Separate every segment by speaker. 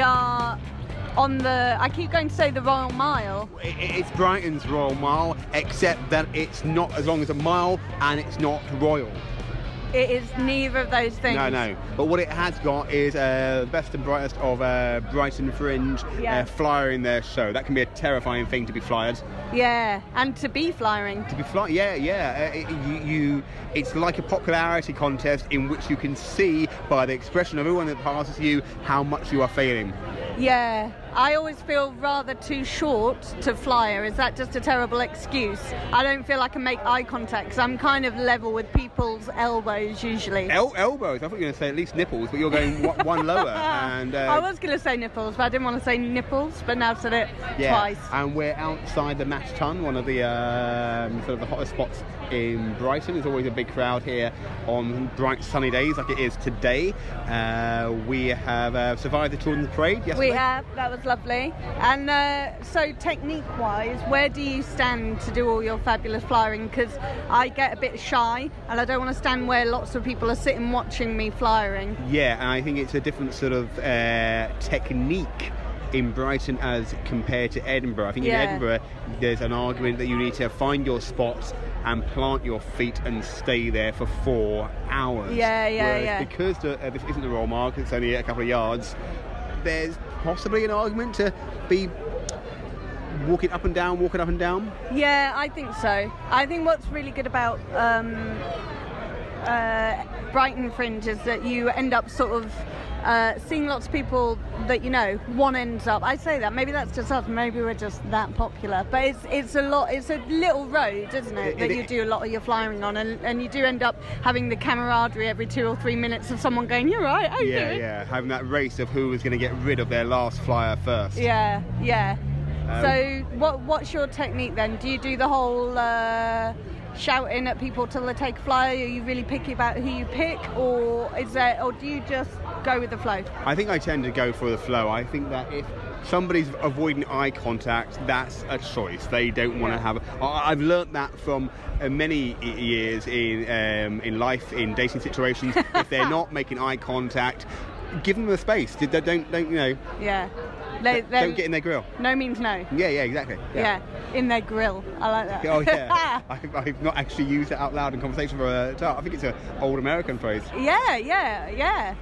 Speaker 1: uh, on the. I keep going to say the Royal Mile.
Speaker 2: I- i- It's Brighton's Royal Mile, except that it's not as long as a mile and it's not royal.
Speaker 1: It is neither of those things.
Speaker 2: No, no. But what it has got is uh, best and brightest of uh, Brighton Fringe
Speaker 1: Yeah.
Speaker 2: uh, flyering their show. That can be a terrifying thing to be flyered.
Speaker 1: Yeah, and to be flying.
Speaker 2: To be fly, yeah, yeah. Uh, it, you, you, it's like a popularity contest in which you can see by the expression of everyone that passes you how much you are failing.
Speaker 1: Yeah, I always feel rather too short to flyer. Is that just a terrible excuse? I don't feel I can make eye contact 'cause I'm kind of level with people's elbows usually.
Speaker 2: El- elbows. I thought you were going to say at least nipples, but you're going one, one lower. And uh,
Speaker 1: I was going to say nipples, but I didn't want to say nipples, but now I've said it
Speaker 2: Yeah,
Speaker 1: twice.
Speaker 2: and we're outside the Mash Tun, one of the um, sort of the hottest spots in Brighton. There's always a big crowd here on bright sunny days, like it is today. Uh, we have uh, survived the children's parade yesterday.
Speaker 1: We have, that was lovely. And uh, so, technique wise, where do you stand to do all your fabulous flyering? Because I get a bit shy and I don't want to stand where lots of people are sitting watching me flyering.
Speaker 2: Yeah, and I think it's a different sort of uh, technique in Brighton as compared to Edinburgh. I think
Speaker 1: Yeah.
Speaker 2: in Edinburgh, there's an argument that you need to find your spot and plant your feet and stay there for four hours.
Speaker 1: Yeah, yeah,
Speaker 2: Whereas
Speaker 1: yeah.
Speaker 2: Because the, uh, this isn't the roll mark, it's only a couple of yards, there's possibly an argument to be walking up and down, walking up and down.
Speaker 1: Yeah, I think so. I think what's really good about um, uh, Brighton Fringe is that you end up sort of uh, seeing lots of people that you know. One ends up. I say that maybe that's just us. Maybe we're just that popular. But it's it's a lot. It's a little road, isn't it?
Speaker 2: It-
Speaker 1: That
Speaker 2: it-
Speaker 1: you do a lot of your flying on, and, and you do end up having the camaraderie every two or three minutes of someone going, "You're right, I
Speaker 2: Yeah,
Speaker 1: do." it."
Speaker 2: yeah. Having that race of who is going to get rid of their last flyer first.
Speaker 1: Yeah, yeah.
Speaker 2: Um,
Speaker 1: so, what what's your technique then? Do you do the whole uh, shouting at people till they take a flyer? Are you really picky about who you pick, or is there, or do you just go with the flow?
Speaker 2: I think I tend to go for the flow. I think that if somebody's avoiding eye contact, that's a choice. They don't want to
Speaker 1: Yeah.
Speaker 2: have. I, I've learnt that from uh, many y- years in um, in life, in dating situations. if they're not making eye contact, give them the space. Did they don't don't you know?
Speaker 1: Yeah, they, they
Speaker 2: Don't get in their grill.
Speaker 1: No means no.
Speaker 2: Yeah, yeah, exactly.
Speaker 1: Yeah. in their grill. I like that.
Speaker 2: Oh yeah, I've, I've not actually used it out loud in conversation for a time. I think it's an old American phrase.
Speaker 1: yeah, yeah, yeah,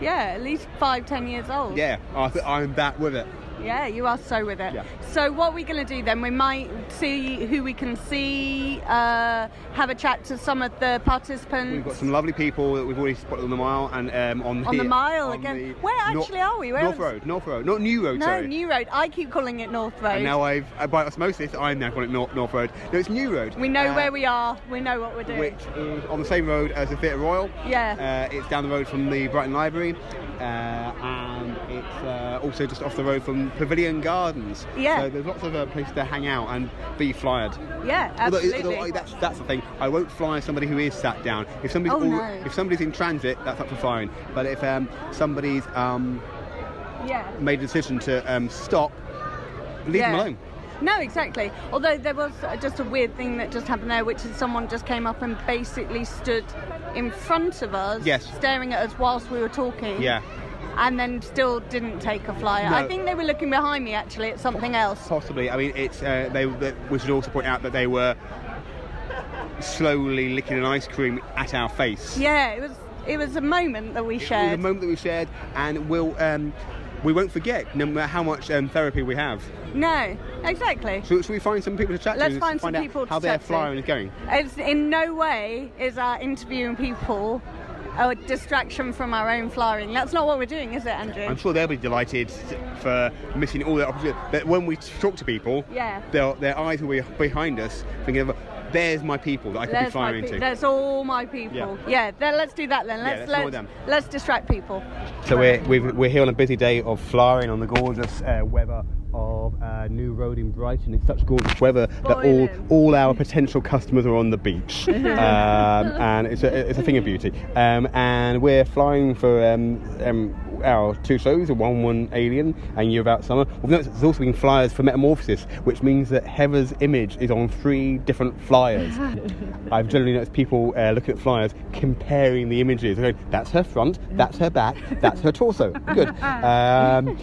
Speaker 1: yeah. At least five, ten years old.
Speaker 2: Yeah, I th- I'm that with it.
Speaker 1: Yeah, you are so with it.
Speaker 2: Yeah.
Speaker 1: So what are we going to do then? We might see who we can see, uh, have a chat to some of the participants.
Speaker 2: We've got some lovely people that we've already spotted on the mile and um, on the
Speaker 1: On the mile
Speaker 2: on
Speaker 1: again.
Speaker 2: the
Speaker 1: Where actually are we? Where
Speaker 2: North
Speaker 1: was-
Speaker 2: Road, North Road, not New Road.
Speaker 1: no,
Speaker 2: sorry.
Speaker 1: New Road. I keep calling it North Road.
Speaker 2: And now I've uh, by osmosis, I'm now calling it North, North Road. No, it's New Road.
Speaker 1: we know
Speaker 2: uh,
Speaker 1: where we are. We know what we're doing.
Speaker 2: Which is on the same road as the Theatre Royal.
Speaker 1: Yeah.
Speaker 2: Uh, it's down the road from the Brighton Library, uh, and it's uh, also just off the road from Pavilion Gardens.
Speaker 1: Yeah.
Speaker 2: So there's lots of uh, places to hang out and be flyered.
Speaker 1: yeah,
Speaker 2: Although-
Speaker 1: absolutely.
Speaker 2: although, like, that's that's the thing. I won't fly somebody who is sat down. If somebody's
Speaker 1: Oh,
Speaker 2: al-
Speaker 1: no.
Speaker 2: if somebody's in transit, that's up for flying. But if um, somebody's um,
Speaker 1: yeah.
Speaker 2: made a decision to um, stop, leave
Speaker 1: Yeah.
Speaker 2: them alone.
Speaker 1: No, exactly. Although there was uh, just a weird thing that just happened there, which is someone just came up and basically stood in front of us,
Speaker 2: Yes.
Speaker 1: staring at us whilst we were talking.
Speaker 2: Yeah.
Speaker 1: And then still didn't take a flyer.
Speaker 2: No.
Speaker 1: I think they were looking behind me actually at something else.
Speaker 2: Possibly. I mean, it's uh, they, they. We should also point out that they were slowly licking an ice cream at our face.
Speaker 1: Yeah, it was it was a moment that we
Speaker 2: It was a
Speaker 1: shared.
Speaker 2: moment that we shared, and we'll. Um, we won't forget, no matter how much um, therapy we have.
Speaker 1: no, exactly.
Speaker 2: So, should we find some people to chat
Speaker 1: Let's
Speaker 2: to? and
Speaker 1: find some
Speaker 2: out
Speaker 1: people to
Speaker 2: how their
Speaker 1: chat to.
Speaker 2: flying is going.
Speaker 1: It's in no way is our interviewing people a distraction from our own flying. That's not what we're doing, is it, Andrew?
Speaker 2: I'm sure they'll be delighted for missing all the opportunity. That when we talk to people,
Speaker 1: Yeah.
Speaker 2: their their eyes will be behind us, thinking of, "There's my people that I could be
Speaker 1: There's my
Speaker 2: flying
Speaker 1: pe-
Speaker 2: into."
Speaker 1: That's all my people. Yeah, then let's do that then.
Speaker 2: Yeah,
Speaker 1: Let's
Speaker 2: let's ignore
Speaker 1: let's,
Speaker 2: them.
Speaker 1: let's distract people.
Speaker 2: So we're we've, we're here on a busy day of flying on the gorgeous uh, weather of uh, New Road in Brighton. It's such gorgeous weather that all,
Speaker 1: Boiling.
Speaker 2: all our potential customers are on the beach. um, and it's a, it's a thing of beauty. Um, and we're flying for um, um, our two shows, One One Alien and You About Summer. We've noticed there's also been flyers for Metamorphosis, which means that Heather's image is on three different flyers. I've generally noticed people uh, looking at flyers comparing the images. They're Going, that's her front, that's her back, that's her torso. Good. Um,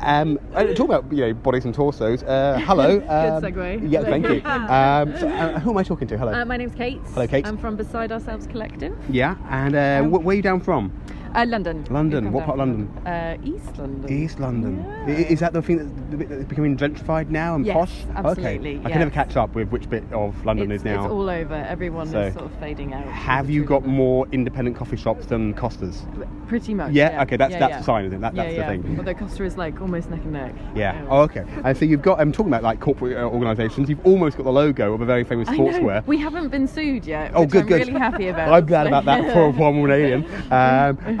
Speaker 2: um, and talk about you know bodies and torsos. Uh, hello. Um,
Speaker 3: segue.
Speaker 2: Yeah, thank you. Um, so, uh, who am I talking to? Hello.
Speaker 3: Uh, my name's Kate.
Speaker 2: Hello, Kate.
Speaker 3: I'm from Beside Ourselves Collective,
Speaker 2: yeah, and uh,
Speaker 3: um,
Speaker 2: wh- where are you down from?
Speaker 3: uh, London.
Speaker 2: London.
Speaker 3: We've come
Speaker 2: What part of
Speaker 3: down from- Uh, East London.
Speaker 2: East London. I
Speaker 3: Yeah.
Speaker 2: Is that the thing that's the bit that's becoming gentrified now and
Speaker 3: Yes,
Speaker 2: posh?
Speaker 3: absolutely,
Speaker 2: Okay. I can never
Speaker 3: yes.
Speaker 2: catch up with which bit of London
Speaker 3: it's,
Speaker 2: is now.
Speaker 3: It's all over. Everyone is
Speaker 2: So,
Speaker 3: sort of fading out.
Speaker 2: Have you got more independent coffee shops than Costas?
Speaker 3: Pretty much.
Speaker 2: Yeah,
Speaker 3: Yeah.
Speaker 2: okay, that's-
Speaker 3: yeah,
Speaker 2: that's
Speaker 3: yeah.
Speaker 2: the sign, isn't it? That-
Speaker 3: Yeah,
Speaker 2: that's the
Speaker 3: yeah.
Speaker 2: thing.
Speaker 3: Although Costa is like almost neck and neck.
Speaker 2: Yeah. Oh, okay. And so you've got. I'm talking about like corporate uh, organisations. You've almost got the logo of a very famous
Speaker 3: I know.
Speaker 2: sportswear.
Speaker 3: We haven't been sued yet.
Speaker 2: Oh,
Speaker 3: which
Speaker 2: good,
Speaker 3: I'm
Speaker 2: good.
Speaker 3: Really happy about.
Speaker 2: I'm glad about that for a one woman alien.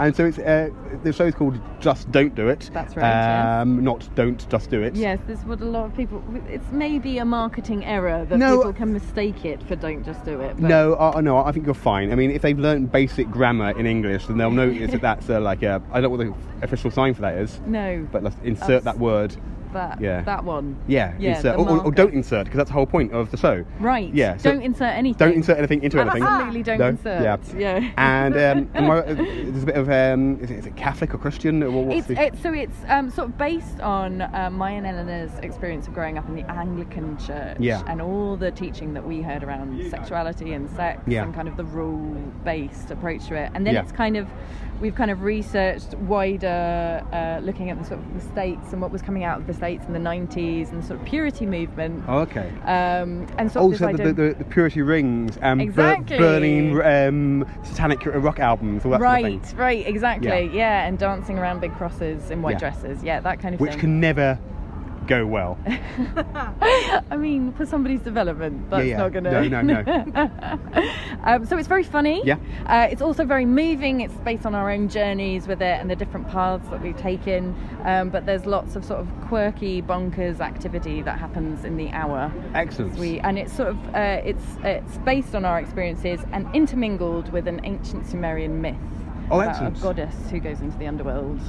Speaker 2: Um, and so it's uh, the show's called Just Don't Do It.
Speaker 3: That's right, yes.
Speaker 2: Um, Not Don't Just Do It.
Speaker 3: Yes, this is what a lot of people. It's maybe a marketing error that
Speaker 2: No.
Speaker 3: people can mistake it for "don't just do it." But
Speaker 2: No, uh, no, I think you're fine. I mean, if they've learned basic grammar in English, then they'll notice that that's uh, like a. I don't know what the official sign for that is,
Speaker 3: no,
Speaker 2: but let's insert
Speaker 3: That's-
Speaker 2: that word.
Speaker 3: that
Speaker 2: yeah.
Speaker 3: that one.
Speaker 2: Yeah,
Speaker 3: Yeah,
Speaker 2: insert.
Speaker 3: the
Speaker 2: Or, or, or
Speaker 3: marker.
Speaker 2: don't insert, because that's the whole point of the show.
Speaker 3: Right.
Speaker 2: Yeah, so-
Speaker 3: don't insert anything.
Speaker 2: Don't insert anything into anything.
Speaker 3: Ah, Absolutely don't
Speaker 2: No?
Speaker 3: insert.
Speaker 2: Yeah.
Speaker 3: Yeah.
Speaker 2: And um, am I, uh, there's a bit of. Um, is, it, is it Catholic or Christian? Or what- what's
Speaker 3: It's,
Speaker 2: the-
Speaker 3: it's, so it's um, sort of based on um, my and Eleanor's experience of growing up in the Anglican church
Speaker 2: Yeah.
Speaker 3: and all the teaching that we heard around sexuality and sex
Speaker 2: Yeah.
Speaker 3: and kind of the rule-based approach to it. And then
Speaker 2: Yeah.
Speaker 3: it's kind of we've kind of researched wider, uh, looking at the sort of the states and what was coming out of the states in the 90s and the sort of purity movement.
Speaker 2: oh, okay.
Speaker 3: Um, and sort
Speaker 2: Also,
Speaker 3: of this
Speaker 2: the,
Speaker 3: idea-
Speaker 2: the, the purity rings and
Speaker 3: Exactly.
Speaker 2: burning um, satanic rock albums, all that
Speaker 3: right,
Speaker 2: sort of thing,
Speaker 3: right, exactly,
Speaker 2: Yeah.
Speaker 3: yeah. and dancing around big crosses in white
Speaker 2: Yeah.
Speaker 3: dresses, yeah, that kind of
Speaker 2: which
Speaker 3: thing.
Speaker 2: can never go well.
Speaker 3: I mean, for somebody's development, that's
Speaker 2: yeah.
Speaker 3: not gonna.
Speaker 2: No, no,
Speaker 3: um, so it's very funny.
Speaker 2: Yeah.
Speaker 3: Uh, it's also very moving. It's based on our own journeys with it and the different paths that we've taken. Um, but there's lots of sort of quirky, bonkers activity that happens in the hour.
Speaker 2: Excellent.
Speaker 3: We and it's sort of uh, it's it's based on our experiences and intermingled with an ancient Sumerian myth
Speaker 2: Oh,
Speaker 3: about
Speaker 2: excellent.
Speaker 3: a goddess who goes into the underworld.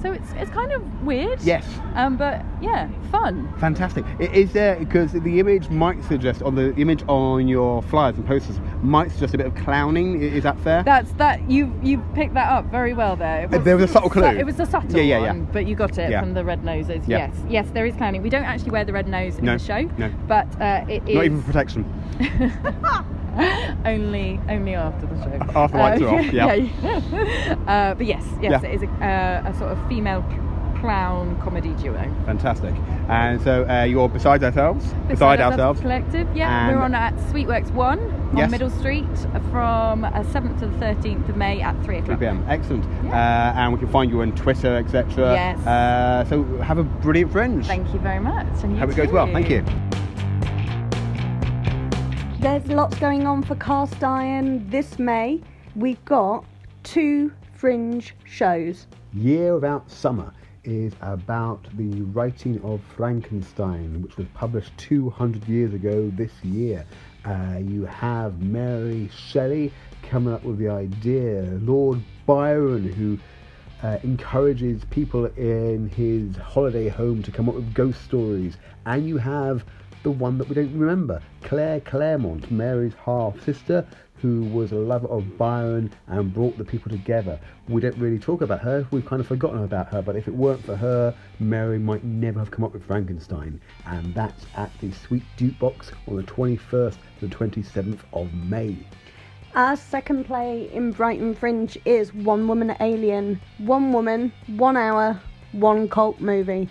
Speaker 3: So it's it's kind of weird.
Speaker 2: Yes.
Speaker 3: Um, but yeah, fun.
Speaker 2: Fantastic. I- Is there because the image might suggest, or the image on your flyers and posters might suggest a bit of clowning? I- Is that fair?
Speaker 3: That's that you you picked that up very well there. It
Speaker 2: Uh, there was a subtle
Speaker 3: su-
Speaker 2: clue.
Speaker 3: It was a subtle
Speaker 2: Yeah, yeah, yeah.
Speaker 3: one, but you got it
Speaker 2: Yeah.
Speaker 3: from the red noses.
Speaker 2: Yeah.
Speaker 3: Yes, yes, there is clowning. We don't actually wear the red nose in
Speaker 2: No,
Speaker 3: the show,
Speaker 2: no.
Speaker 3: but uh, it is
Speaker 2: Not even for protection.
Speaker 3: only only after the show. Uh,
Speaker 2: After lights are off, yeah.
Speaker 3: yeah. Uh, but yes, yes,
Speaker 2: Yeah.
Speaker 3: it is a, uh, a sort of female c- clown comedy duo.
Speaker 2: Fantastic. And so uh, you're beside ourselves. Beside, ourselves.
Speaker 3: Collective. Yeah,
Speaker 2: And-
Speaker 3: we're on at Sweetworks One on
Speaker 2: Yes.
Speaker 3: Middle Street from uh, seventh to the thirteenth of May at three
Speaker 2: 3
Speaker 3: o'clock.
Speaker 2: p.m. Excellent. Uh, and we can find you on Twitter, etc.
Speaker 3: Yes.
Speaker 2: Uh, so have a brilliant fringe.
Speaker 3: Thank you very much. And you
Speaker 2: Hope it goes well.
Speaker 3: too.
Speaker 2: Thank you.
Speaker 1: There's lots going on for cast iron this May. We've got two fringe shows.
Speaker 2: Year About Summer is about the writing of Frankenstein, which was published 200 years ago this year. Uh, you have Mary Shelley coming up with the idea, Lord Byron, who uh, encourages people in his holiday home to come up with ghost stories, and you have the one that we don't remember, Claire Claremont, Mary's half sister, who was a lover of Byron and brought the people together. We don't really talk about her, we've kind of forgotten about her, but if it weren't for her, Mary might never have come up with Frankenstein. And that's at the Sweet Jukebox on the 21st to the 27th of May.
Speaker 1: Our second play in Brighton Fringe is One Woman Alien. One woman, one hour, one cult movie,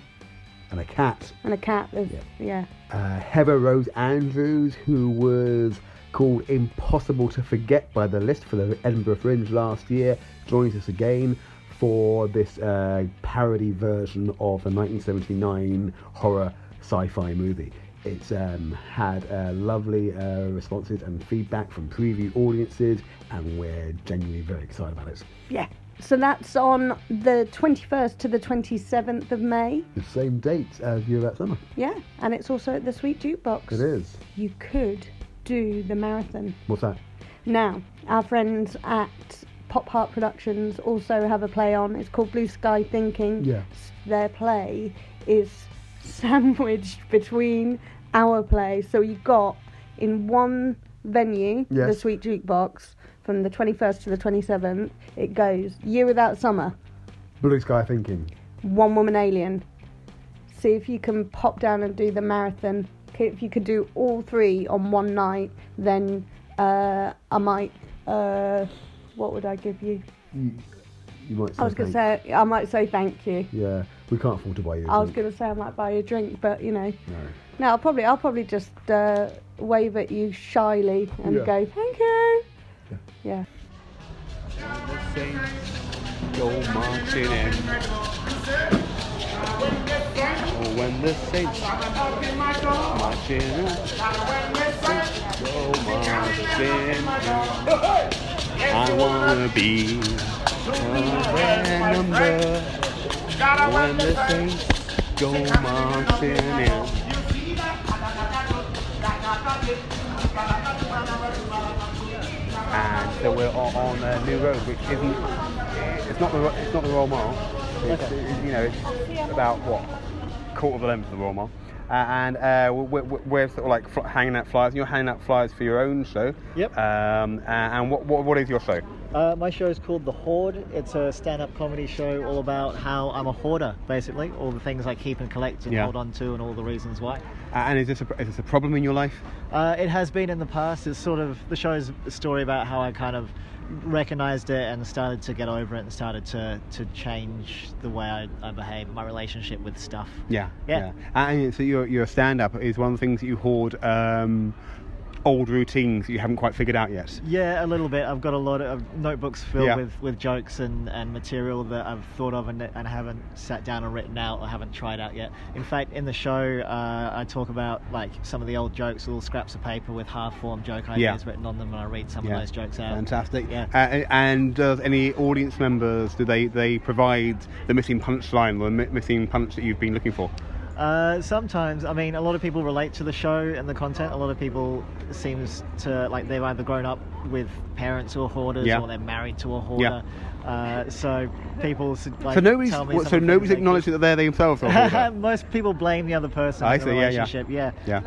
Speaker 2: And a cat
Speaker 1: and a cat. There's- yeah.
Speaker 2: uh, Heather Rose Andrews, who was called impossible to forget by the list for the Edinburgh Fringe last year, joins us again for this uh, parody version of the 1979 horror sci-fi movie. It's um, had uh, lovely uh, responses and feedback from preview audiences, and we're genuinely very excited about it.
Speaker 1: Yeah. So that's on the 21st to the 27th of May.
Speaker 2: The same date as Europe Summer.
Speaker 1: Yeah, and it's also at the Sweet Jukebox.
Speaker 2: It is.
Speaker 1: You could do the marathon.
Speaker 2: What's that?
Speaker 1: Now, our friends at Pop Heart Productions also have a play on. It's called Blue Sky Thinking.
Speaker 2: Yeah.
Speaker 1: S- Their play is sandwiched between our play. So you got in one venue, the
Speaker 2: Yes.
Speaker 1: Sweet Jukebox, from the 21st to the 27th, it goes Year Without Summer,
Speaker 2: Blue Sky Thinking.
Speaker 1: One Woman Alien. See if you can pop down and do the marathon. K- If you could do all three on one night, then uh, I might. Uh, what would I give you?
Speaker 2: You, you might say.
Speaker 1: I was going to
Speaker 2: thank-
Speaker 1: say, I might say thank you.
Speaker 2: Yeah, we can't afford to buy you. a
Speaker 1: I was
Speaker 2: drink.
Speaker 1: going to say I might buy you a drink, but you know,
Speaker 2: No.
Speaker 1: no, I'll probably, I'll probably just uh, wave at you shyly and
Speaker 2: Yeah.
Speaker 1: go, thank you. Yeah.
Speaker 4: Go marching in. Oh, when the saints marching in. Go marching in. I wanna be a band member. When the saints go marching in. and so we're on, on a new road, which isn't. It's not the Ro- it's not the Royal Mile. It's, it- you know, it's about what quarter of the length of the Royal Mile. Uh, and uh, we're, we're, we're sort of like fl- hanging out flyers. and You're hanging out flyers for your own show.
Speaker 5: Yep.
Speaker 4: Um, a- and what, what what is your show?
Speaker 5: Uh, my show is called The Hoard. It's a stand up comedy show all about how I'm a hoarder, basically. All the things I keep and collect and
Speaker 4: Yeah.
Speaker 5: hold on to, and all the reasons why.
Speaker 4: Uh, and is this a, is this a problem in your life?
Speaker 5: Uh, it has been in the past. It's sort of the show's a story about how I kind of recognized it and started to get over it and started to, to change the way I, I behave, my relationship with stuff.
Speaker 4: Yeah.
Speaker 5: Yeah.
Speaker 4: And so your your stand up is one of the things that you hoard. Um, Old routines that you haven't quite figured out yet.
Speaker 5: Yeah, a little bit. I've got a lot of notebooks filled
Speaker 4: Yeah.
Speaker 5: with, with jokes and, and material that I've thought of and, and haven't sat down and written out or haven't tried out yet. In fact, in the show, uh, I talk about like some of the old jokes, little scraps of paper with half-formed joke ideas written on them, and I read some
Speaker 4: Yeah.
Speaker 5: of those jokes out.
Speaker 4: Fantastic.
Speaker 5: Yeah.
Speaker 4: Uh, and does any audience members do they they provide the missing punchline, the mi- missing punch that you've been looking for?
Speaker 5: Uh, sometimes, I mean, a lot of people relate to the show and the content. A lot of people seems to like they've either grown up with parents who are hoarders
Speaker 4: Yeah.
Speaker 5: or they're married to a hoarder. Uh, so people s- like
Speaker 4: so nobody's
Speaker 5: tell me
Speaker 4: what,
Speaker 5: some
Speaker 4: so
Speaker 5: of the things
Speaker 4: nobody's
Speaker 5: they keep.
Speaker 4: acknowledging that they're they themselves. Are older.
Speaker 5: Most people blame the other person
Speaker 4: I
Speaker 5: in the
Speaker 4: see, yeah, yeah.
Speaker 5: relationship. Yeah,
Speaker 4: Yeah.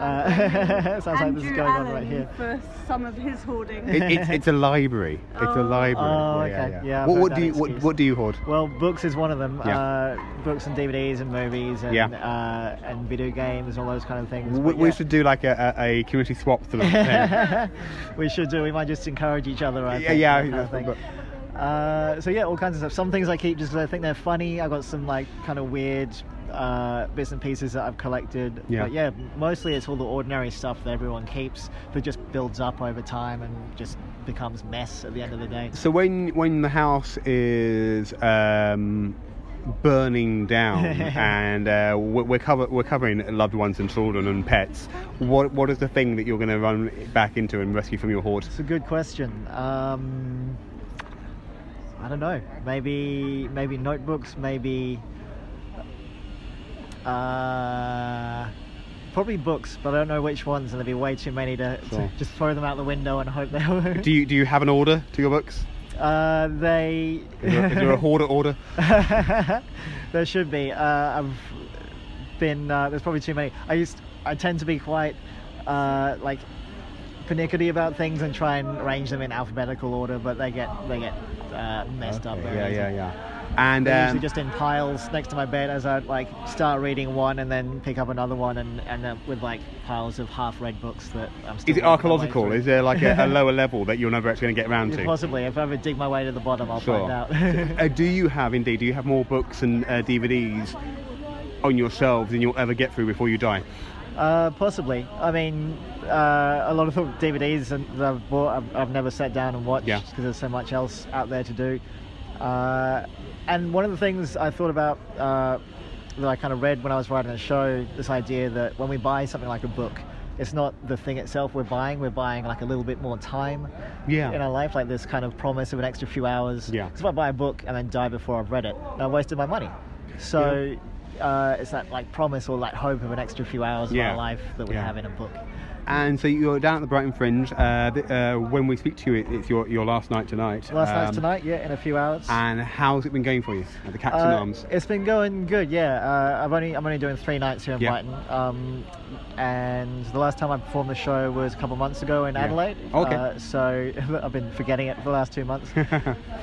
Speaker 5: Uh, sounds like this is
Speaker 1: Andrew
Speaker 5: going
Speaker 1: Allen
Speaker 5: on right here.
Speaker 1: for some of his hoarding.
Speaker 4: it, it's, it's a library. It's a
Speaker 1: Oh.
Speaker 4: library.
Speaker 5: Oh, okay. Yeah, I've
Speaker 4: what
Speaker 5: heard
Speaker 4: what
Speaker 5: that
Speaker 4: do you what,
Speaker 5: excuse.
Speaker 4: what do you hoard?
Speaker 5: Well, books is one of them.
Speaker 4: Yeah.
Speaker 5: Uh, books and DVDs and movies and
Speaker 4: Yeah.
Speaker 5: uh, and video games and all those kind of things.
Speaker 4: We,
Speaker 5: But
Speaker 4: we
Speaker 5: yeah.
Speaker 4: should do like a, a, a community swap sort of thing.
Speaker 5: we should do. We might just encourage each other. I
Speaker 4: Yeah,
Speaker 5: think,
Speaker 4: yeah,
Speaker 5: that
Speaker 4: I think
Speaker 5: kind of
Speaker 4: that's
Speaker 5: thing. Uh, so yeah, all kinds of stuff. Some things I keep just because I think they're funny. I've got some like kind of weird uh, bits and pieces that I've collected.
Speaker 4: Yeah.
Speaker 5: But yeah, mostly it's all the ordinary stuff that everyone keeps that just builds up over time and just becomes mess at the end of the day.
Speaker 4: So when when the house is um, burning down and uh, we're we're, cover, we're covering loved ones and children and pets, what what is the thing that you're going to run back into and rescue from your hoard?
Speaker 5: It's a good question. Um, I don't know. Maybe maybe notebooks. Maybe uh, probably books, but I don't know which ones, and there'd be way too many to, to
Speaker 4: Sure.
Speaker 5: just throw them out the window and hope they will.
Speaker 4: Do you do you have an order to your books?
Speaker 5: uh, they.
Speaker 4: Is there, is there a hoarder order?
Speaker 5: there should be. Uh, I've been. Uh, there's probably too many. I used. I tend to be quite uh, like pernickety about things and try and arrange them in alphabetical order, but they get they get uh, messed up. very
Speaker 4: yeah,
Speaker 5: easily.
Speaker 4: yeah, yeah. And
Speaker 5: They're
Speaker 4: um,
Speaker 5: usually just in piles next to my bed as I like start reading one and then pick up another one and and then with like piles of half read books that I'm still.
Speaker 4: is it
Speaker 5: working my way
Speaker 4: archaeological?
Speaker 5: through.
Speaker 4: Is there like a, a lower level that you're never actually going to get around to?
Speaker 5: Possibly. If I ever dig my way to the bottom, I'll
Speaker 4: Sure.
Speaker 5: find out.
Speaker 4: uh, do you have indeed? Do you have more books and uh, DVDs on your shelves than you'll ever get through before you die?
Speaker 5: Uh, possibly. I mean, uh, a lot of the DVDs and- that I've bought, I've, I've never sat down and watched
Speaker 4: Yeah.
Speaker 5: because there's so much else out there to do. Uh, and one of the things I thought about uh, that I kind of read when I was writing the show, this idea that when we buy something like a book, it's not the thing itself we're buying. We're buying like a little bit more time
Speaker 4: Yeah.
Speaker 5: in our life, like this kind of promise of an extra few hours.
Speaker 4: Yeah.
Speaker 5: 'Cause if I buy a book and then die before I've read it, then I wasted my money. So uh, it's that like promise or like hope of an extra few hours
Speaker 4: Yeah.
Speaker 5: of our life that we
Speaker 4: Yeah.
Speaker 5: have in a book.
Speaker 4: And so you're down at the Brighton Fringe. Uh, th- uh, when we speak to you, it- it's your, your last night tonight.
Speaker 5: Last night's
Speaker 4: Um,
Speaker 5: tonight, yeah, in a few hours.
Speaker 4: And how's it been going for you at the Cats and
Speaker 5: Uh,
Speaker 4: Arms?
Speaker 5: It's been going good, yeah. Uh, I've only I'm only doing three nights here in
Speaker 4: Yeah.
Speaker 5: Brighton, um, and the last time I performed the show was a couple months ago in
Speaker 4: Yeah.
Speaker 5: Adelaide.
Speaker 4: Okay.
Speaker 5: Uh, so I've been forgetting it for the last two months.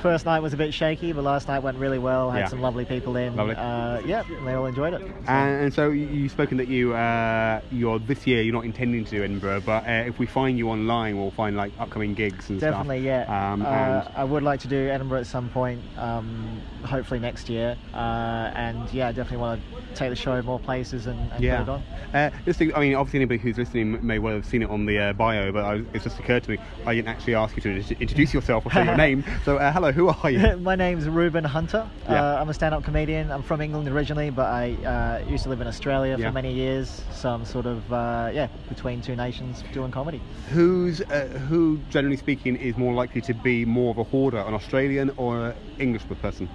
Speaker 5: First night was a bit shaky, but last night went really well. Had
Speaker 4: Yeah.
Speaker 5: some lovely people in.
Speaker 4: Lovely.
Speaker 5: Uh, yeah, and they all enjoyed it.
Speaker 4: And, and so you- you've spoken that you uh, you're this year you're not intending to do Edinburgh, but uh, if we find you online, we'll find like upcoming gigs and
Speaker 5: Definitely,
Speaker 4: stuff.
Speaker 5: yeah.
Speaker 4: Um,
Speaker 5: Uh,
Speaker 4: and-
Speaker 5: I would like to do Edinburgh at some point, um, hopefully next year. Uh, and yeah, I definitely want to take the show more places and, and put it on.
Speaker 4: Uh, this thing, I mean, obviously anybody who's listening may well have seen it on the uh, bio, but I, it's just occurred to me I didn't actually ask you to int- introduce yourself or say your name. So, uh, hello, who are you?
Speaker 5: My name's Ruben Hunter.
Speaker 4: Yeah.
Speaker 5: Uh, I'm a stand-up comedian. I'm from England originally, but I uh, used to live in Australia
Speaker 4: Yeah.
Speaker 5: for many years. So I'm sort of uh, yeah between two nations doing comedy.
Speaker 4: Who's uh, who, generally speaking, is more likely to be more of a hoarder, an Australian or an English person?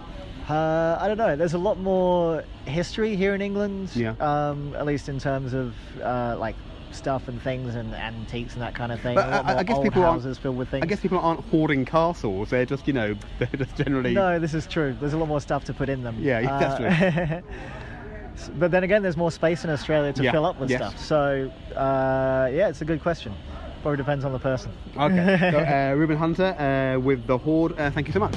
Speaker 5: Uh, I don't know. There's a lot more history here in England.
Speaker 4: Yeah.
Speaker 5: Um, at least in terms of uh, like stuff and things and antiques and that kind of thing.
Speaker 4: But
Speaker 5: a lot
Speaker 4: I- I
Speaker 5: more
Speaker 4: guess
Speaker 5: old
Speaker 4: people aren't-
Speaker 5: houses filled with things.
Speaker 4: I guess people aren't hoarding castles; they're just, you know, they're just generally.
Speaker 5: No, this is true. There's a lot more stuff to put in them.
Speaker 4: Yeah, yeah, that's
Speaker 5: true. but then again, there's more space in Australia to
Speaker 4: Yeah,
Speaker 5: fill up with
Speaker 4: yes.
Speaker 5: stuff. So, uh, yeah, it's a good question. Probably depends on the person.
Speaker 4: Okay. so, uh, Ruben Hunter uh, with the Horde. Uh, thank you so much.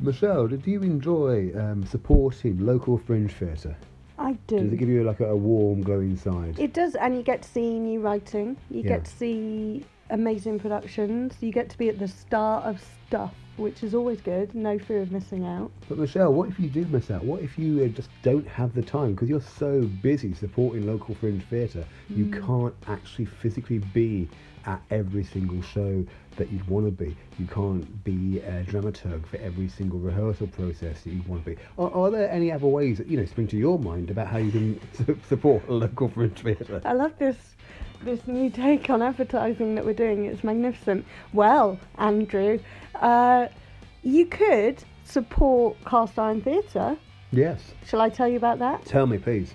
Speaker 2: Michelle, did you enjoy um, supporting local fringe theatre?
Speaker 1: I
Speaker 2: Does it give you like a, a warm, glowing side?
Speaker 1: It does, and you get to see new writing. You
Speaker 2: Yeah.
Speaker 1: get to see amazing productions. You get to be at the start of stuff, which is always good. No fear of missing out.
Speaker 2: But Michelle, what if you do miss out? What if you uh, just don't have the time because you're so busy supporting local fringe theatre, you
Speaker 4: Mm.
Speaker 2: can't actually physically be at every single show that you'd want to be. You can't be a dramaturg for every single rehearsal process that you want to be. Are, are there any other ways that you know spring to your mind about how you can su- support local fringe theatre?
Speaker 1: I love this this new take on advertising that we're doing. It's magnificent. Well, Andrew, uh, you could support Cast Iron Theatre.
Speaker 2: Yes,
Speaker 1: Shall I tell you about that?
Speaker 2: tell me, please.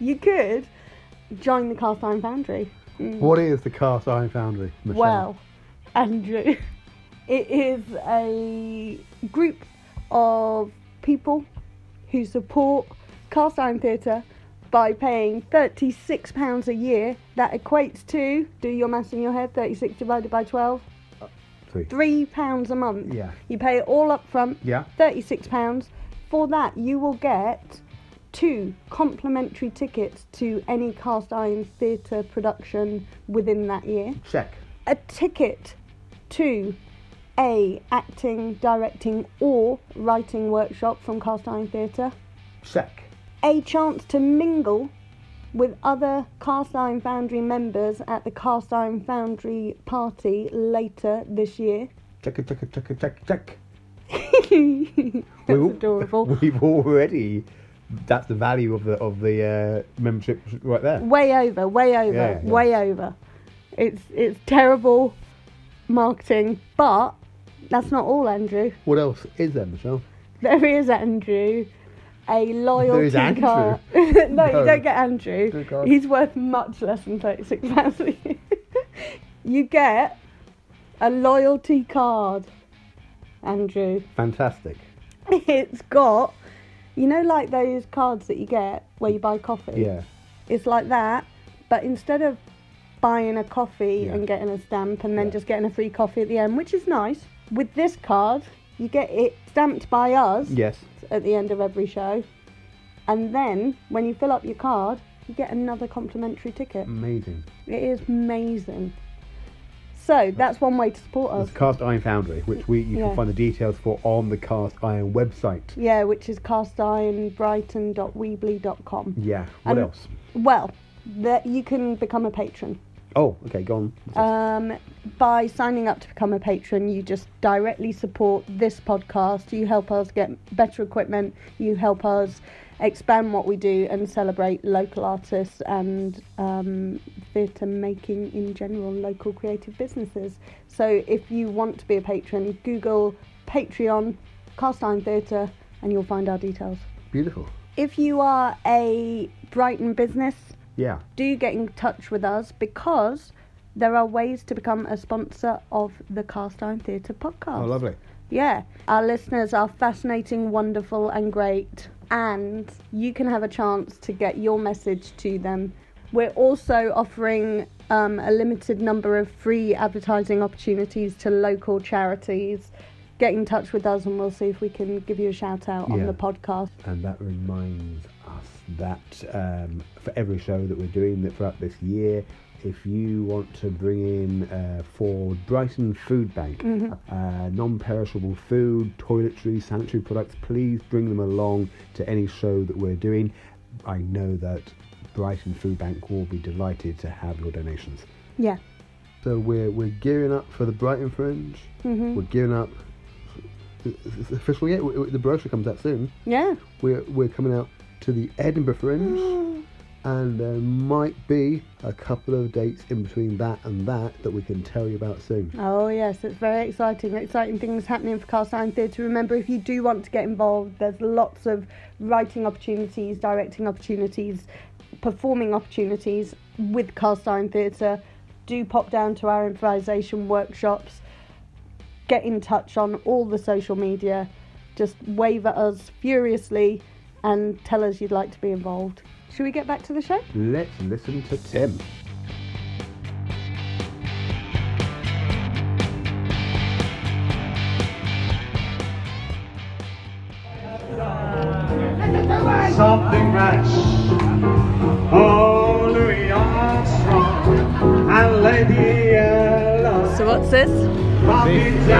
Speaker 1: you could join the Cast Iron Foundry.
Speaker 2: What is the Cast Iron Foundry, Michelle?
Speaker 1: Well, Andrew, it is a group of people who support cast iron theatre by paying £36 a year. That equates to, do your maths in your head, 36 divided by 12,
Speaker 2: Three.
Speaker 1: £3 a month.
Speaker 2: Yeah.
Speaker 1: You pay it all up front,
Speaker 2: Yeah.
Speaker 1: £36. For that, you will get two complimentary tickets to any cast iron theatre production within that year
Speaker 2: Check.
Speaker 1: a ticket to a acting, directing, or writing workshop from Cast Iron Theatre,
Speaker 2: Check.
Speaker 1: a chance to mingle with other Cast Iron Foundry members at the Cast Iron Foundry party later this year.
Speaker 2: Check. Check. Check. Check. Check. Check.
Speaker 1: That's
Speaker 2: We've-
Speaker 1: adorable.
Speaker 2: We've already. That's the value of the of the uh, membership right there.
Speaker 1: way over, way over,
Speaker 2: Yeah, yeah.
Speaker 1: way over. It's it's terrible marketing, but that's not all, Andrew.
Speaker 2: What else is there, Michelle?
Speaker 1: There is Andrew, a loyalty
Speaker 2: There is Andrew.
Speaker 1: card. no,
Speaker 2: No.
Speaker 1: you don't get Andrew.
Speaker 2: Good God.
Speaker 1: He's worth much less than thirty-six pounds. a year. you get a loyalty card, Andrew.
Speaker 2: Fantastic.
Speaker 1: It's got, you know, like those cards that you get where you buy coffee.
Speaker 2: Yeah.
Speaker 1: It's like that, but instead of buying a coffee
Speaker 2: Yeah.
Speaker 1: and getting a stamp and then
Speaker 2: Yeah.
Speaker 1: just getting a free coffee at the end, which is nice. With this card, you get it stamped by us
Speaker 2: Yes.
Speaker 1: at the end of every show. And then when you fill up your card, you get another complimentary ticket.
Speaker 2: Mm. Amazing.
Speaker 1: It is amazing. So that's one way to support us.
Speaker 2: It's Cast Iron Foundry, which we you
Speaker 1: Yeah.
Speaker 2: can find the details for on the Cast Iron website.
Speaker 1: Yeah, which is castironbrighton.weebly.com.
Speaker 2: Yeah. What
Speaker 1: Um,
Speaker 2: else?
Speaker 1: Well, that you can become a patron.
Speaker 4: Oh, okay, go on.
Speaker 1: Um, by signing up to become a patron, you just directly support this podcast. You help us get better equipment. You help us expand what we do and celebrate local artists and um, theatre making in general, and local creative businesses. So if you want to be a patron, Google Patreon, Cast Iron Theatre, and you'll find our details.
Speaker 4: Beautiful.
Speaker 1: If you are a Brighton business,
Speaker 4: Yeah.
Speaker 1: do get in touch with us because there are ways to become a sponsor of the Cast Iron Theatre podcast.
Speaker 4: Oh, lovely.
Speaker 1: Yeah. Our listeners are fascinating, wonderful, and great. And you can have a chance to get your message to them. We're also offering um, a limited number of free advertising opportunities to local charities. Get in touch with us and we'll see if we can give you a shout out on
Speaker 4: Yeah.
Speaker 1: the podcast.
Speaker 4: And that reminds us that um, for every show that we're doing that throughout this year, if you want to bring in uh, for Brighton Food Bank, uh, non-perishable food, toiletries, sanitary products, please bring them along to any show that we're doing. I know that Brighton Food Bank will be delighted to have your donations.
Speaker 1: Yeah.
Speaker 4: So we're we're gearing up for the Brighton Fringe.
Speaker 1: Mhm.
Speaker 4: We're gearing up. It's official yet? The brochure comes out soon
Speaker 1: Yeah.
Speaker 4: we're, we're coming out to the Edinburgh Fringe, and there might be a couple of dates in between that and that that we can tell you about soon.
Speaker 1: Oh yes, it's very exciting. Exciting things happening for Cast Iron Theatre. Remember, if you do want to get involved, there's lots of writing opportunities, directing opportunities, performing opportunities with Cast Iron Theatre. Do pop down to our improvisation workshops. Get in touch on all the social media. Just wave at us furiously and tell us you'd like to be involved. Should we get back to the show?
Speaker 4: Let's listen to Tim.
Speaker 6: something rash. Oh, Louis Armstrong and Lady Ella.
Speaker 1: So what's this?
Speaker 6: This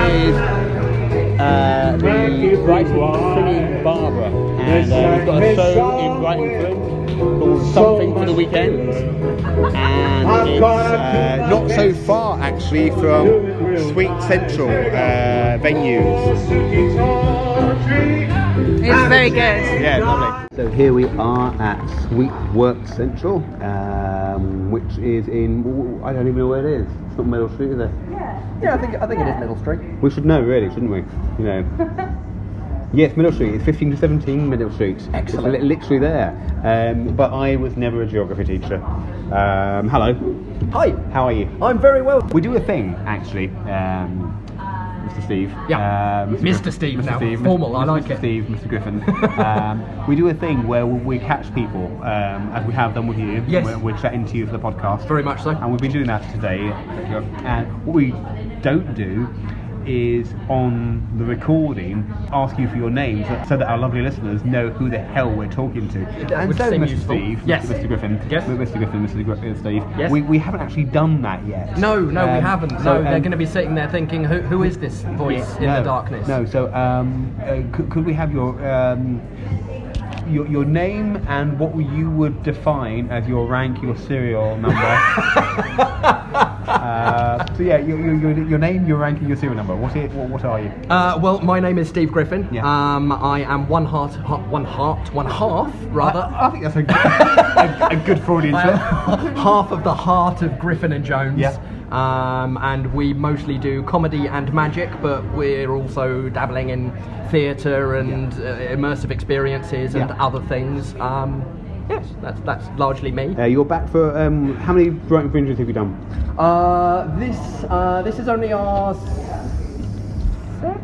Speaker 7: uh, the Brighton Singing Barbara. And uh, we've got a show in Brighton Fringe called Something for the Weekend. And it's uh,
Speaker 2: Uh, not so far, actually, from Sweet Central uh, venues.
Speaker 1: It's very good.
Speaker 2: Yeah, lovely.
Speaker 4: So here we are at Sweet Work Central, um, which is in I don't even know where it is. It's not Middle Street, is it?
Speaker 7: yeah, I think I think it is Middle Street.
Speaker 4: We should know, really, shouldn't we? You know. yes, Middle Street. It's 15 to 17 Middle Street.
Speaker 7: Excellent.
Speaker 4: It's li- literally there. Um, but I was never a geography teacher. Um, hello.
Speaker 7: Hi,
Speaker 4: How are you?
Speaker 7: I'm very well.
Speaker 4: We do a thing, actually. Um, Mr. Steve.
Speaker 8: Yeah.
Speaker 4: Uh,
Speaker 8: Mr. Steve now. Formal, I like
Speaker 4: Mr.
Speaker 8: it.
Speaker 4: Steve, Mr. Griffin. um, we do a thing where we catch people, um, as we have done with you.
Speaker 8: Yes.
Speaker 4: We're, we're chatting to you for the podcast.
Speaker 8: Very much so.
Speaker 4: And we've been doing that today. And what we don't do is on the recording ask you for your name so, so that our lovely listeners know who the hell we're talking to. And
Speaker 8: would
Speaker 4: so,
Speaker 8: seem
Speaker 4: Mr.
Speaker 8: useful.
Speaker 4: Steve,
Speaker 8: Yes.
Speaker 4: Mr. Griffin,
Speaker 8: Yes.
Speaker 4: Mr. Griffin, Mr. Griffin, Steve,
Speaker 8: Yes.
Speaker 4: we, we haven't actually done that yet.
Speaker 8: No, no, we
Speaker 4: Um,
Speaker 8: haven't. No,
Speaker 4: so,
Speaker 8: they're
Speaker 4: um,
Speaker 8: going to be sitting there thinking, who, who is this voice in
Speaker 4: no,
Speaker 8: the darkness?
Speaker 4: No, so um, uh, could, could we have your, um, your your name and what you would define as your rank, your serial number? uh, so yeah, your, your, your, your name, your rank, and your serial number. What, i what, what are you?
Speaker 8: Uh, well, my name is Steve Griffin.
Speaker 4: Yeah.
Speaker 8: Um, I am one heart, heart, one heart, one half, rather.
Speaker 4: I think that's a good, a, a good Freudian
Speaker 8: I am
Speaker 4: slip.
Speaker 8: half of the heart of Griffin and Jones.
Speaker 4: Yeah.
Speaker 8: Um, and we mostly do comedy and magic, but we're also dabbling in theatre and uh, immersive experiences and
Speaker 4: Yeah.
Speaker 8: other things. Um, yes, that's that's largely me.
Speaker 4: Uh, you're back for um, how many Brighton Fringes have you done?
Speaker 8: Uh, this uh, this is only our second,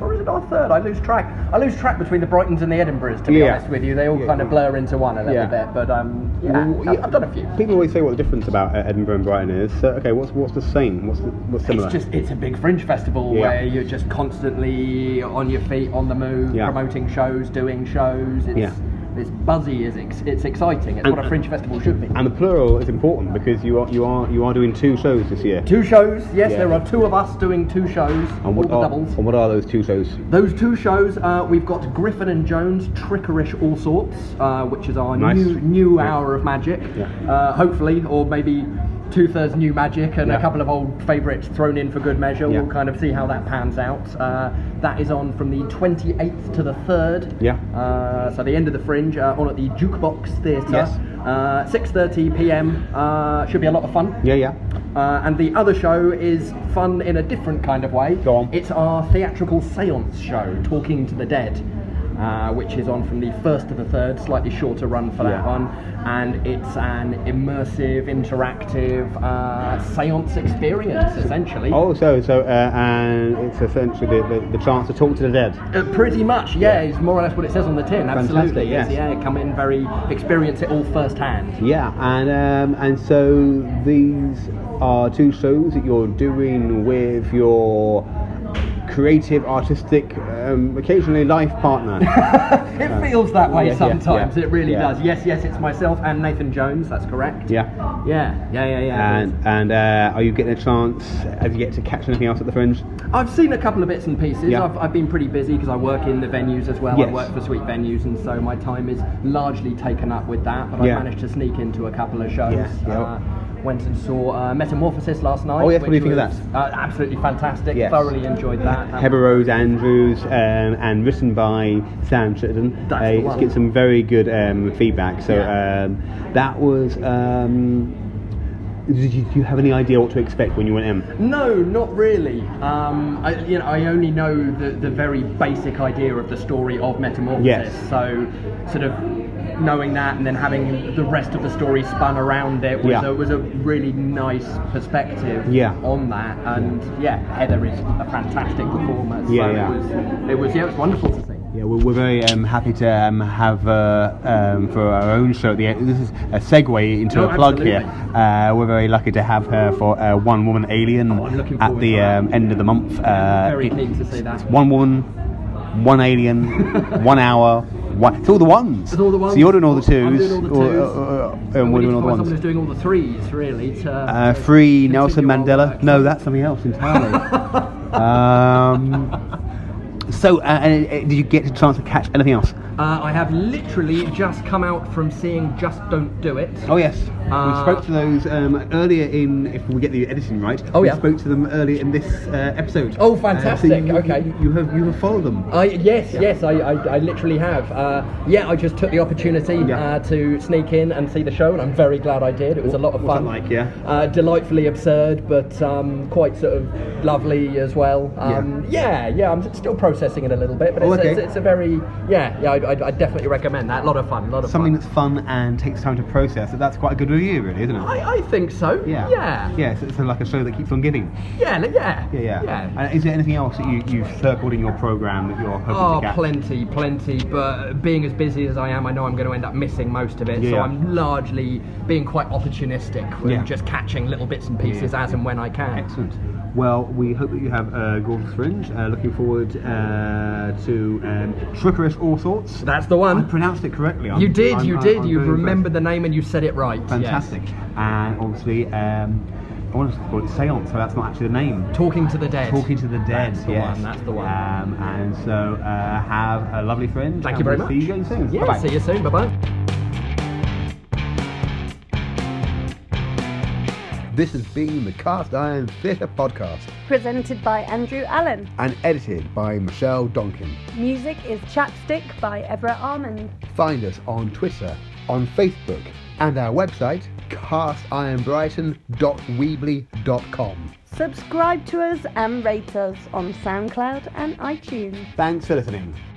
Speaker 8: or is it our third? I lose track. I lose track between the Brightons and the Edinburghs. To be
Speaker 4: Yeah.
Speaker 8: honest with you, they all
Speaker 4: Yeah,
Speaker 8: kind of
Speaker 4: yeah.
Speaker 8: blur into one a little
Speaker 4: Yeah.
Speaker 8: bit. But um, yeah,
Speaker 4: Well,
Speaker 8: I've, I've done a few.
Speaker 4: People always say what the difference about uh, Edinburgh and Brighton is. So, okay, what's what's the same? What's the, what's similar?
Speaker 8: It's just it's a big fringe festival
Speaker 4: Yeah.
Speaker 8: where you're just constantly on your feet, on the move,
Speaker 4: Yeah.
Speaker 8: promoting shows, doing shows. It's
Speaker 4: Yeah.
Speaker 8: it's buzzy, it's, ex- it's exciting. It's
Speaker 4: And- uh,
Speaker 8: what a fringe festival should be.
Speaker 4: And the plural is important because you are you are you are doing two shows this year.
Speaker 8: Two shows, yes,
Speaker 4: Yeah.
Speaker 8: there are two of us doing two shows,
Speaker 4: And what
Speaker 8: all
Speaker 4: are
Speaker 8: the doubles.
Speaker 4: and what are those two shows?
Speaker 8: Those two shows, uh, we've got Griffin and Jones, Trickerish All Sorts, uh, which is our
Speaker 4: Nice.
Speaker 8: new new
Speaker 4: Yeah.
Speaker 8: hour of magic.
Speaker 4: Yeah.
Speaker 8: Uh, hopefully, or maybe two thirds new magic and
Speaker 4: Yeah.
Speaker 8: a couple of old favourites thrown in for good measure.
Speaker 4: Yeah.
Speaker 8: We'll kind of see how that pans out. Uh, that is on from the 28th to the 3rd.
Speaker 4: Yeah.
Speaker 8: Uh, so the end of the fringe, uh, on at the Jukebox Theatre.
Speaker 4: Yes.
Speaker 8: Uh, 6:30 p.m. Uh, should be a lot of fun.
Speaker 4: Yeah, yeah.
Speaker 8: Uh, and the other show is fun in a different kind of way.
Speaker 4: Go on.
Speaker 8: It's our theatrical seance show, Talking to the Dead, uh, which is on from the 1st to the 3rd, slightly shorter run for that
Speaker 4: Yeah.
Speaker 8: one. And it's an immersive, interactive uh, seance experience, essentially.
Speaker 4: Oh, so so uh, and it's essentially the, the, the chance to talk to the dead.
Speaker 8: Uh, pretty much, yeah, It's more or less what it says on the tin.
Speaker 4: Fantastic,
Speaker 8: Absolutely,
Speaker 4: yes.
Speaker 8: Yeah, come in, very experience it all firsthand.
Speaker 4: Yeah, and um, and so these are two shows that you're doing with your creative, artistic, um, occasionally life partner.
Speaker 8: it feels that way
Speaker 4: Uh, Yeah, yeah,
Speaker 8: sometimes.
Speaker 4: yeah.
Speaker 8: It really
Speaker 4: Yeah.
Speaker 8: does. Yes, yes, it's myself and Nathan Jones. That's correct.
Speaker 4: yeah.
Speaker 8: Yeah, yeah, yeah, yeah. it
Speaker 4: And and uh, are you getting a chance? Have you yet to catch anything else at the fringe?
Speaker 8: is. I've seen a couple of bits and pieces.
Speaker 4: Yeah.
Speaker 8: I've, I've been pretty busy because I work in the venues as well.
Speaker 4: Yes.
Speaker 8: I work for Sweet Venues, and so my time is largely taken up with that. But
Speaker 4: Yeah.
Speaker 8: I managed to sneak into a couple of shows.
Speaker 4: Yeah, yeah.
Speaker 8: Uh, Went and saw uh, Metamorphosis last night.
Speaker 4: Oh, yes, what
Speaker 8: which
Speaker 4: do you think of
Speaker 8: was, Uh, absolutely fantastic.
Speaker 4: Yes.
Speaker 8: Thoroughly enjoyed that. That
Speaker 4: Heber Rose Andrews um, and written by Sam Sheridan.
Speaker 8: That's
Speaker 4: They
Speaker 8: the one.
Speaker 4: get some very good um, feedback. So
Speaker 8: Yeah.
Speaker 4: um, that was. Um, did you, do you have any idea what to expect when you went in?
Speaker 8: No, not really. Um, I, you know, I only know the, the very basic idea of the story of Metamorphosis.
Speaker 4: Yes.
Speaker 8: So, sort of knowing that and then having the rest of the story spun around it was,
Speaker 4: Yeah.
Speaker 8: a, was a really nice perspective
Speaker 4: Yeah.
Speaker 8: on that. And yeah, Heather is a fantastic performer.
Speaker 4: Yeah,
Speaker 8: so
Speaker 4: yeah.
Speaker 8: It, was, it was yeah, it was wonderful to see.
Speaker 4: Yeah, we're, we're very um, happy to um, have uh, um, for our own show at the end. This is a segue into
Speaker 8: No,
Speaker 4: a plug
Speaker 8: absolutely.
Speaker 4: here. Uh, we're very lucky to have her for uh, One Woman Alien
Speaker 8: Oh, I'm looking
Speaker 4: at
Speaker 8: forward
Speaker 4: the
Speaker 8: to that.
Speaker 4: um, end of the month. Uh,
Speaker 8: Very
Speaker 4: it-
Speaker 8: keen to see that.
Speaker 4: One woman, one alien, one hour. One, it's all the ones.
Speaker 8: It's all the ones.
Speaker 4: So you're doing all the 2s
Speaker 8: I'm doing all the
Speaker 4: or,
Speaker 8: twos.
Speaker 4: uh, uh, and
Speaker 8: And
Speaker 4: we're
Speaker 8: we
Speaker 4: doing
Speaker 8: need to
Speaker 4: all the
Speaker 8: find someone
Speaker 4: ones.
Speaker 8: who's doing all the threes, really. To
Speaker 4: Uh, free
Speaker 8: continue
Speaker 4: Nelson
Speaker 8: our
Speaker 4: Mandela.
Speaker 8: work.
Speaker 4: No, that's something else entirely. um, so, uh, uh, did you get a chance to catch anything else?
Speaker 8: Uh, I have literally just come out from seeing Just Don't Do It.
Speaker 4: Oh yes, we
Speaker 8: Uh,
Speaker 4: spoke to those um, earlier in. If we get the editing right,
Speaker 8: Oh,
Speaker 4: we
Speaker 8: yeah.
Speaker 4: spoke to them earlier in this uh, episode.
Speaker 8: Oh,
Speaker 4: Uh, so
Speaker 8: fantastic,
Speaker 4: you-
Speaker 8: okay. Uh,
Speaker 4: you, you have you have followed them.
Speaker 8: I, yes, yes, I, I, I literally have. Uh, yeah, I just took the opportunity
Speaker 4: Yeah.
Speaker 8: uh, to sneak in and see the show, and I'm very glad I did. It was a lot of
Speaker 4: what's that
Speaker 8: fun.
Speaker 4: like, yeah?
Speaker 8: Uh, delightfully absurd, but um, quite sort of lovely as well. Um, yeah. yeah, I'm still processing it a little bit, but
Speaker 4: Oh,
Speaker 8: it's,
Speaker 4: okay.
Speaker 8: it's, it's a very yeah, yeah. I, I, I definitely recommend that. A lot of fun, a lot of
Speaker 4: Something
Speaker 8: fun.
Speaker 4: that's fun and takes time to process. So that's quite a good review, really, isn't it?
Speaker 8: I, I think so.
Speaker 4: yeah.
Speaker 8: Yeah.
Speaker 4: Yeah. So it's like a show that keeps on giving.
Speaker 8: Yeah. li- Yeah.
Speaker 4: Yeah, yeah. And is there anything else that you, you've circled in your program that you're hoping
Speaker 8: Oh,
Speaker 4: to catch?
Speaker 8: plenty, plenty. But being as busy as I am, I know I'm going to end up missing most of it. So
Speaker 4: Yeah.
Speaker 8: I'm largely being quite opportunistic with
Speaker 4: Yeah.
Speaker 8: just catching little bits and pieces
Speaker 4: Yeah.
Speaker 8: as and when I can.
Speaker 4: Excellent. Well, we hope that you have a gorgeous fringe. Uh, looking forward uh, to um, Trickerish All Sorts.
Speaker 8: That's the
Speaker 4: I
Speaker 8: one.
Speaker 4: pronounced it correctly. I'm-
Speaker 8: you did,
Speaker 4: I'm-
Speaker 8: you
Speaker 4: I'm-
Speaker 8: did.
Speaker 4: I'm
Speaker 8: you
Speaker 4: very
Speaker 8: remembered the name and you said it right.
Speaker 4: impressed. Fantastic. And obviously, um, I wanted to call it Seance, so that's not actually the name.
Speaker 8: Yes. Talking to the dead.
Speaker 4: Talking to the dead.
Speaker 8: That's the
Speaker 4: yes.
Speaker 8: one. That's the one.
Speaker 4: Um, and so uh, have a lovely fringe.
Speaker 8: Thank
Speaker 4: and
Speaker 8: you very
Speaker 4: we'll
Speaker 8: much.
Speaker 4: See you again soon.
Speaker 8: Yeah.
Speaker 4: Bye-bye.
Speaker 8: See you soon. Bye bye.
Speaker 2: This has been the Cast Iron Theatre Podcast
Speaker 1: Presented by Andrew Allen.
Speaker 2: and edited by Michelle Donkin.
Speaker 1: Music is Chapstick by Everett Armand.
Speaker 2: Find us on Twitter, on Facebook, and our website, castironbrighton.weebly.com.
Speaker 1: Subscribe to us and rate us on SoundCloud and iTunes.
Speaker 4: Thanks for listening.